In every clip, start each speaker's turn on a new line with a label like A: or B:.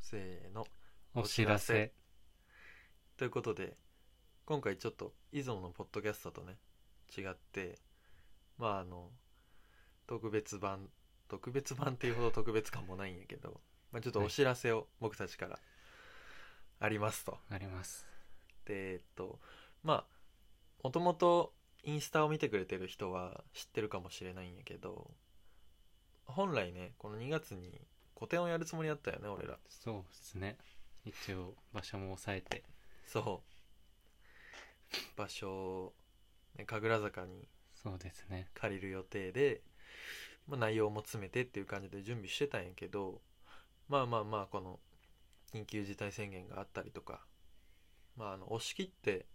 A: せーの
B: お知らせ。
A: ということで今回ちょっといつものポッドキャストとね違ってまああの特別版特別版っていうほど特別感もないんやけど、まあ、ちょっとお知らせを僕たちからありますと、
B: あります。
A: でえっとまあもともとインスタを見てくれてる人は知ってるかもしれないんやけど本来ねこの2月に個展をやるつもりだったよね俺ら
B: そうですね。一応、場所も抑えて。
A: そう場所を、ね、神楽坂に
B: そうですね。
A: 借りる予定で、まあ、内容も詰めてっていう感じで準備してたんやけどまあまあまあこの緊急事態宣言があったりとかまああの押し切って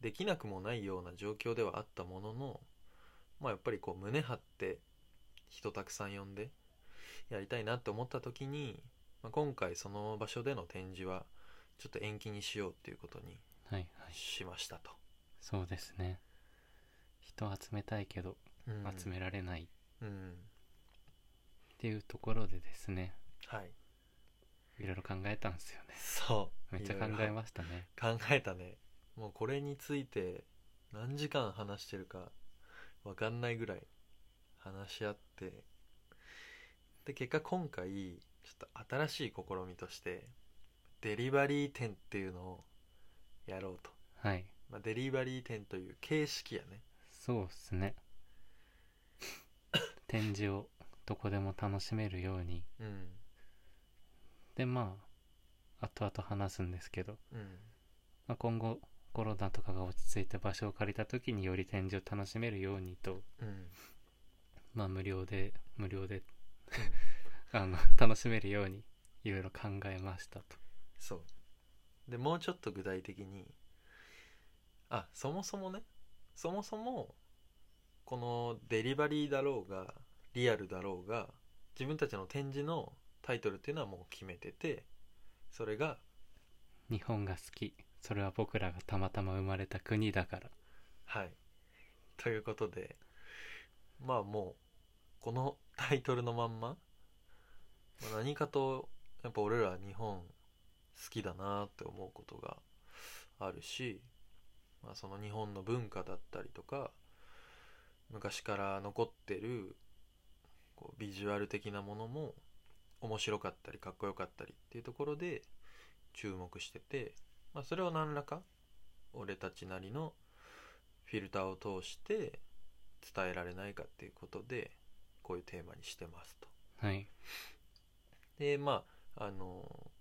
A: できなくもないような状況ではあったもののまあやっぱりこう胸張って人たくさん呼んでやりたいなって思った時に、まあ、今回その場所での展示はちょっと延期にしようっていうことに
B: はいはい。
A: しましたと。
B: そうですね。人集めたいけど、
A: うん
B: 集められないっ
A: うん
B: ていうところでですね、
A: はい
B: いろいろ考えたんですよね。
A: そう
B: めっちゃ
A: い
B: 考
A: ろいろ
B: えましたね。
A: 考えたねもうこれについて何時間話してるか分かんないぐらい話し合ってで結果今回ちょっと新しい試みとしてデリバリー店っていうのをやろうと、
B: はい。
A: まあ、デリバリー店という形式やね
B: そうで すね。展示をどこでも楽しめるように。
A: うん
B: で、まあ、後々話すんですけど、
A: うん
B: まあ、今後コロナとかが落ち着いて場所を借りた時により展示を楽しめるようにと、
A: うん
B: まあ、無料で無料で あの楽しめるようにいろいろ考えましたと
A: そうでもうちょっと具体的にあそもそもねそもそもこのデリバリーだろうがリアルだろうが自分たちの展示のタイトルっていうのはもう決めててそれが
B: 日本が好きそれは僕らがたまたま生まれた国だから
A: はいということでまあもうこのタイトルのまんま、まあ何かとやっぱ俺ら日本好きだなって思うことがあるし、まあ、その日本の文化だったりとか昔から残ってるこうビジュアル的なものも面白かったりかっこよかったりっていうところで注目してて、まあ、それを何らか俺たちなりのフィルターを通して伝えられないかっていうことでこういうテーマにしてますと。
B: はい
A: でまああの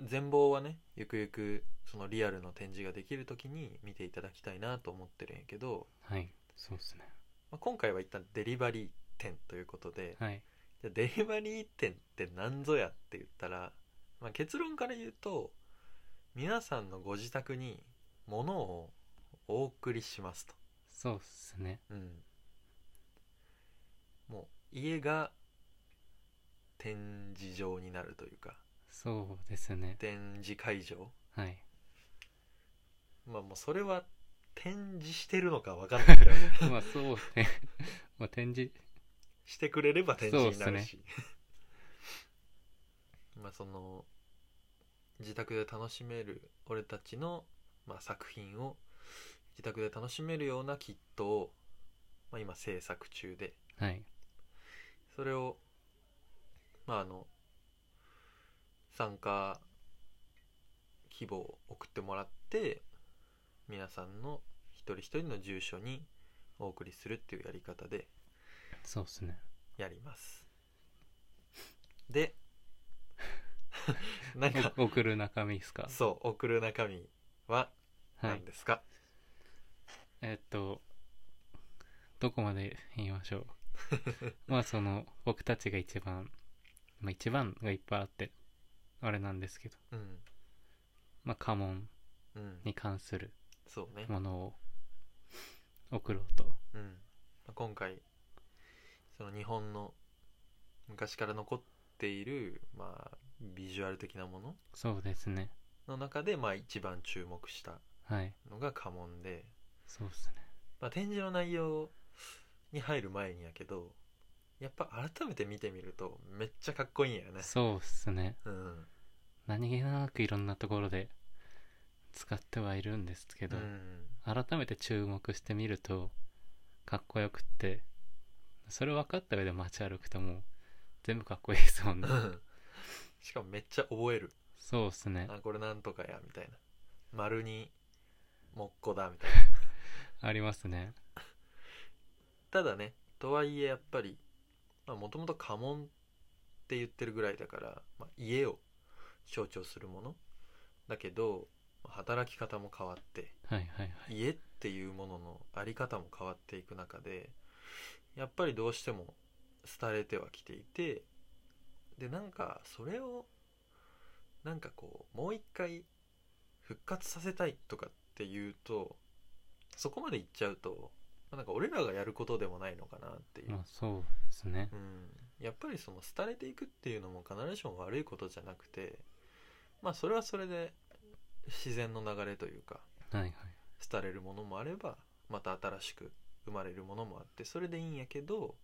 A: 全貌はねゆくゆくそのリアルの展示ができる時に見ていただきたいなと思ってるんやけど、
B: はいそうですね
A: まあ、今回は一旦デリバリー展ということで、
B: はい
A: じゃあデリバリー店って何ぞやって言ったら、まあ、結論から言うと皆さんのご自宅に物をお送りしますと。
B: そうですね
A: うん、もう家が展示場になるというか
B: そうですね
A: 展示会場
B: はい
A: まあもうそれは展示してるのか分かんない けど
B: まあそうね まあ展示
A: してくれれば展示にな
B: そうっ
A: る
B: すね
A: し まあその自宅で楽しめる俺たちの、まあ、作品を自宅で楽しめるようなキットを、まあ、今制作中で
B: はい
A: それをまああの参加希望を送ってもらって皆さんの一人一人の住所にお送りするっていうやり方で
B: そうですね
A: やりますでなんか
B: お送る中身ですか
A: そう送る中身は
B: は
A: 何
B: い
A: ですか、
B: えっと、どこまで言いましょう。まあその、僕たちが一番、まあ一番がいっぱいあって、あれなんですけど、
A: うん
B: まあ家紋
A: うん
B: に関する
A: そうね、
B: ものを送ろうと。
A: うんまあ今回その日本の昔から残っている、まあ、ビジュアル的なもの
B: そうですね。
A: の中で、まあ、一番注目した
B: はい。
A: のが家紋で、
B: そうですね。
A: まあ、展示の内容に入る前にやけどやっぱ改めて見てみるとめっちゃかっこいいんやね、
B: そうっすね。
A: うん、
B: 何気なくいろんなところで使ってはいるんですけ
A: う
B: ど、
A: ん
B: 改めて注目してみるとかっこよくってそれ分かった上で街歩くともう全部かっこいいですもんね
A: しかもめっちゃ覚える
B: そうっすね
A: あこれなんとかやみたいな丸にもっこだみたいな
B: ありますね
A: ただねとはいえやっぱりもともと家紋って言ってるぐらいだから、まあ、家を象徴するものだけどまあ働き方も変わって
B: はいはいはい
A: 家っていうもののあり方も変わっていく中でやっぱりどうしても廃れてはきていてでなんかそれをなんかこうもう一回復活させたいとかっていうとそこまでいっちゃうとまあなんか俺らがやることでもないのかなっていう、
B: まあそうですね
A: うん、やっぱりその廃れていくっていうのも必ずしも悪いことじゃなくてまあそれはそれで自然の流れというか
B: はいはい
A: 廃れるものもあればまた新しく生まれるものもあってそれでいいんやけど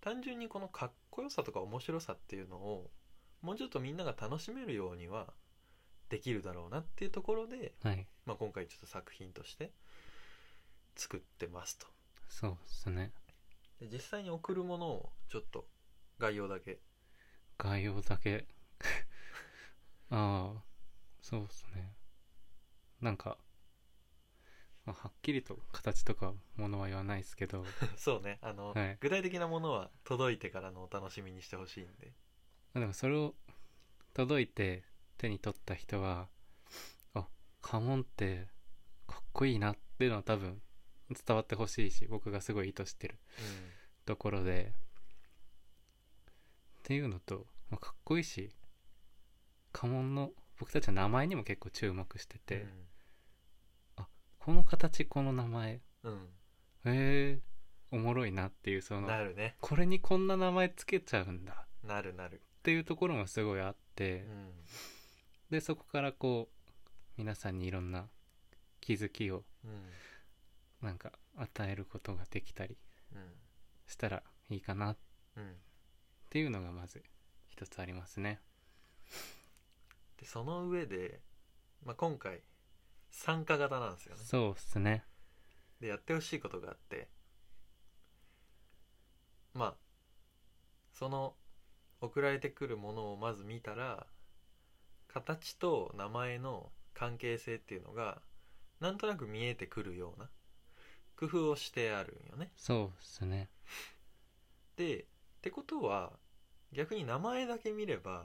A: 単純にこのかっこよさとか面白さっていうのをもうちょっとみんなが楽しめるようにはできるだろうなっていうところで、
B: はい
A: まあ、今回ちょっと作品として作ってますと
B: そうですね
A: で実際に送るものをちょっと概要だけ
B: 概要だけ ああそうっすねなんか、まあ、はっきりと形とかものは言わないですけど
A: そうねあの、
B: はい
A: 具体的なものは届いてからのお楽しみにしてほしいんで
B: まあでもそれを届いて手に取った人はあ家紋ってかっこいいなっていうのは多分伝わってほしいし僕がすごい意図してるところでっていうのと、まあ、かっこいいし家紋の僕たちは名前にも結構注目してて、この形この名前へ
A: うん、うん
B: えおもろいなっていうその
A: なるね
B: これにこんな名前つけちゃうんだ
A: なるなる
B: っていうところもすごいあっ
A: う
B: て、
A: ん
B: でそこからこう皆さんにいろんな気づきを
A: うん
B: なんか与えることができたり
A: う
B: したらいいかなっ
A: んうん、
B: ていうのがまず一つありますね
A: でその上で、まあ、今回参加型なんですよね
B: そうっすね
A: でやってほしいことがあってまあその送られてくるものをまず見たら形と名前の関係性っていうのがなんとなく見えてくるような工夫をしてあるんよね
B: そうっすね
A: でってことは逆に名前だけ見れば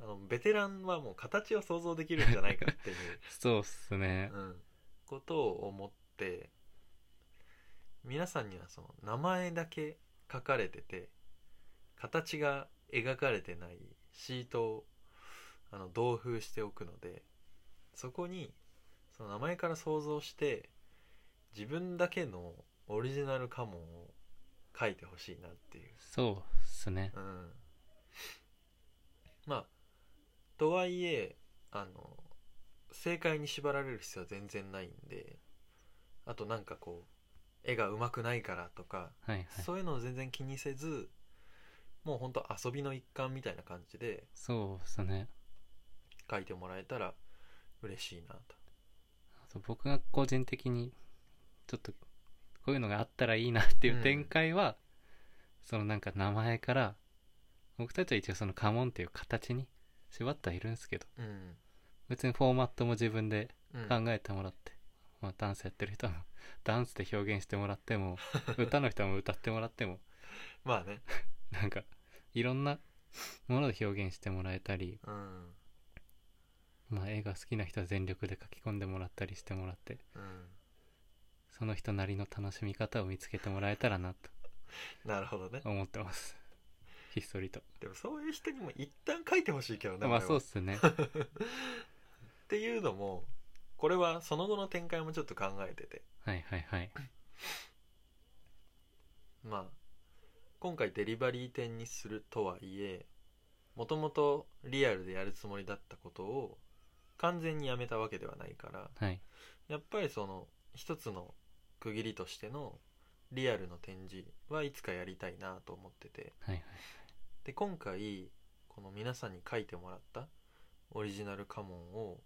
A: あのベテランはもう形を想像できるんじゃないかっていう、
B: そうっすね
A: うん、ことを思って皆さんにはその名前だけ書かれてて形が描かれてないシートをあの同封しておくのでそこにその名前から想像して自分だけのオリジナル家紋を書いてほしいなっていう
B: そうっすね
A: うんまあとはいえあの正解に縛られる必要は全然ないんであとなんかこう絵が上手くないからとか、
B: はいはい
A: そういうのを全然気にせずもうほんと遊びの一環みたいな感じで
B: そうっすね
A: 描いてもらえたら嬉しいなと
B: あと僕が個人的にちょっとこういうのがあったらいいなっていう展開は、そのなんか名前から僕たちは一応その家紋っていう形に縛ってはいるんですけど
A: うん、
B: 別にフォーマットも自分で
A: うん
B: 考えてもらって、まあ、ダンスやってる人は ダンスで表現してもらっても 歌の人も歌ってもらっても
A: まあね
B: なんかいろんなもので表現してもらえたり、
A: うん
B: まあ、絵が好きな人は全力で書き込んでもらったりしてもらって
A: うん
B: その人なりの楽しみ方を見つけてもらえたらなと
A: なるほどね
B: 思ってます ひっそりと
A: でもそういう人にも一旦書いてほしいけどね
B: まあ
A: 俺は
B: そうっ すね
A: っていうのもこれはその後の展開もちょっと考えてて
B: はいはいはい
A: まあ今回デリバリー店にするとはいえもともとリアルでやるつもりだったことを完全にやめたわけではないから
B: はい
A: やっぱりその一つの区切りとしてのリアルの展示はいつかやりたいなと思ってて
B: はいはい
A: で今回この皆さんに書いてもらったオリジナル家紋を、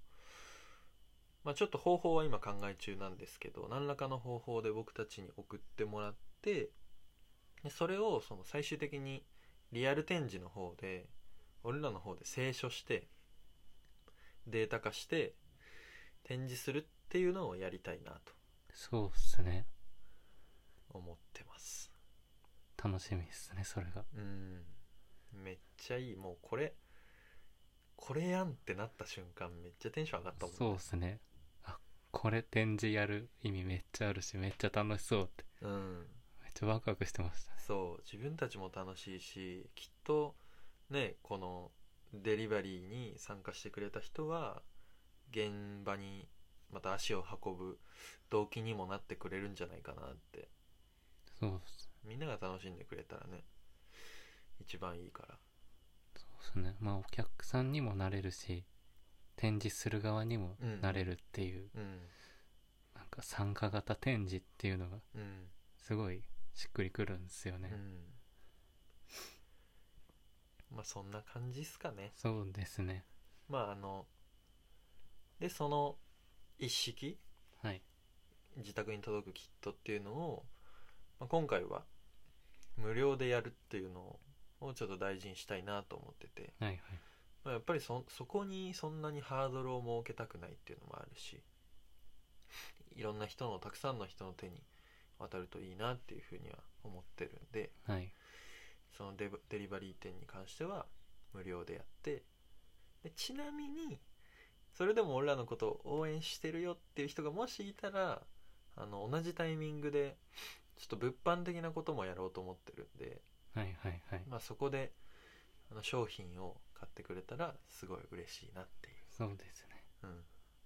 A: まあ、ちょっと方法は今考え中なんですけど何らかの方法で僕たちに送ってもらってでそれをその最終的にリアル展示の方で俺らの方で清書してデータ化して展示するっていうのをやりたいなと
B: そうっすね
A: 思ってます
B: 楽しみっすねそれが
A: うんめっちゃいいもうこれこれやんってなった瞬間めっちゃテンション上がったもんね
B: そうっすねあこれ展示やる意味めっちゃあるしめっちゃ楽しそうって
A: うん
B: めっちゃワクワクしてましたね
A: そう自分たちも楽しいしきっとねこのデリバリーに参加してくれた人は現場にまた足を運ぶ動機にもなってくれるんじゃないかなって
B: そうっす
A: みんなが楽しんでくれたらね一番いいから
B: そうっすねまあお客さんにもなれるし展示する側にもなれるっていう、
A: うん
B: なんか参加型展示っていうのが
A: うん
B: すごいしっくりくるんですよね、
A: うんまあそんな感じっすかね
B: そうですね
A: まああのでその一式
B: はい
A: 自宅に届くキットっていうのを、まあ、今回は無料でやるっていうのをちょっと大事にしたいなと思ってて、
B: はいはい
A: まあ、やっぱりそそこにそんなにハードルを設けたくないっていうのもあるしいろんな人のたくさんの人の手に渡るといいなっていうふうには思ってるんで
B: はい
A: そのデブデリバリー店に関しては無料でやってでちなみにそれでも俺らのことを応援してるよっていう人がもしいたらあの同じタイミングでちょっと物販的なこともやろうと思ってるんで、
B: はいはいはい
A: まあ、そこであの商品を買ってくれたらすごい嬉しいなっていう、
B: そうですね
A: うん、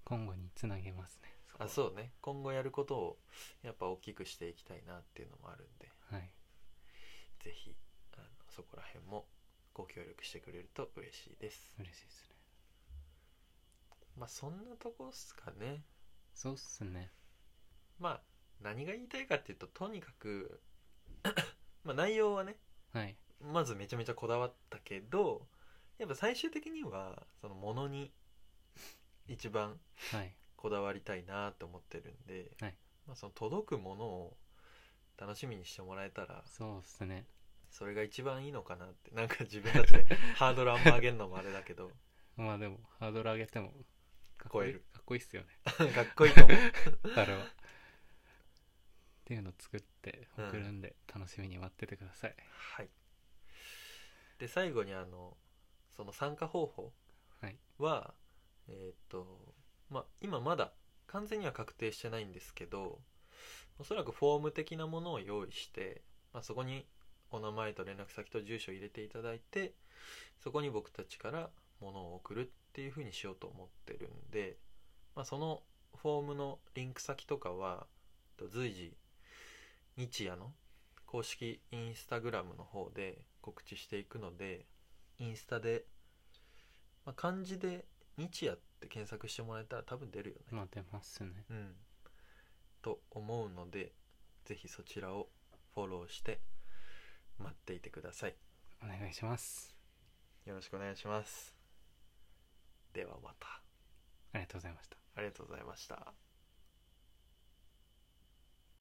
B: 今後につなげますねこ
A: あそうね今後やることをやっぱ大きくしていきたいなっていうのもあるんで
B: はい
A: ぜひあのそこら辺もご協力してくれると嬉しいです
B: 嬉しいですね
A: まあそんなとこっすかね
B: そうっすね
A: まあ何が言いたいかっていうととにかく まあ内容はね
B: はい
A: まずめちゃめちゃこだわったけどやっぱ最終的にはそのものに一番
B: はい
A: こだわりたいなと思ってるんで、
B: はい
A: まあ、その届くものを楽しみにしてもらえたら
B: そうっすね
A: それが一番いいのかなってなんか自分たち でハードルあんま上げるのもあれだけど
B: まあでもハードル上げてもかっこ
A: 超
B: いい
A: える
B: かっこいいっすよね
A: かっこいいと思う
B: あれはっていうのを作って
A: うん
B: 送るんで、楽しみに待っててください
A: はい。で、最後にあの、その参加方法
B: はい
A: は、えーっと、まあ、今まだ完全には確定してないんですけど、おそらくフォーム的なものを用意して、まあ、そこにお名前と連絡先と住所を入れていただいて、そこに僕たちから物を送るっていうふうにしようと思ってるんで、まあ、そのフォームのリンク先とかは、えっと随時、日夜の公式インスタグラムの方で告知していくのでインスタで、まあ、漢字で「日夜」って検索してもらえたら多分出るよね、
B: まあ出ますね
A: うんと思うのでぜひそちらをフォローして待っていてください
B: お願いします
A: よろしくお願いしますではまた
B: ありがとうございました
A: ありがとうございました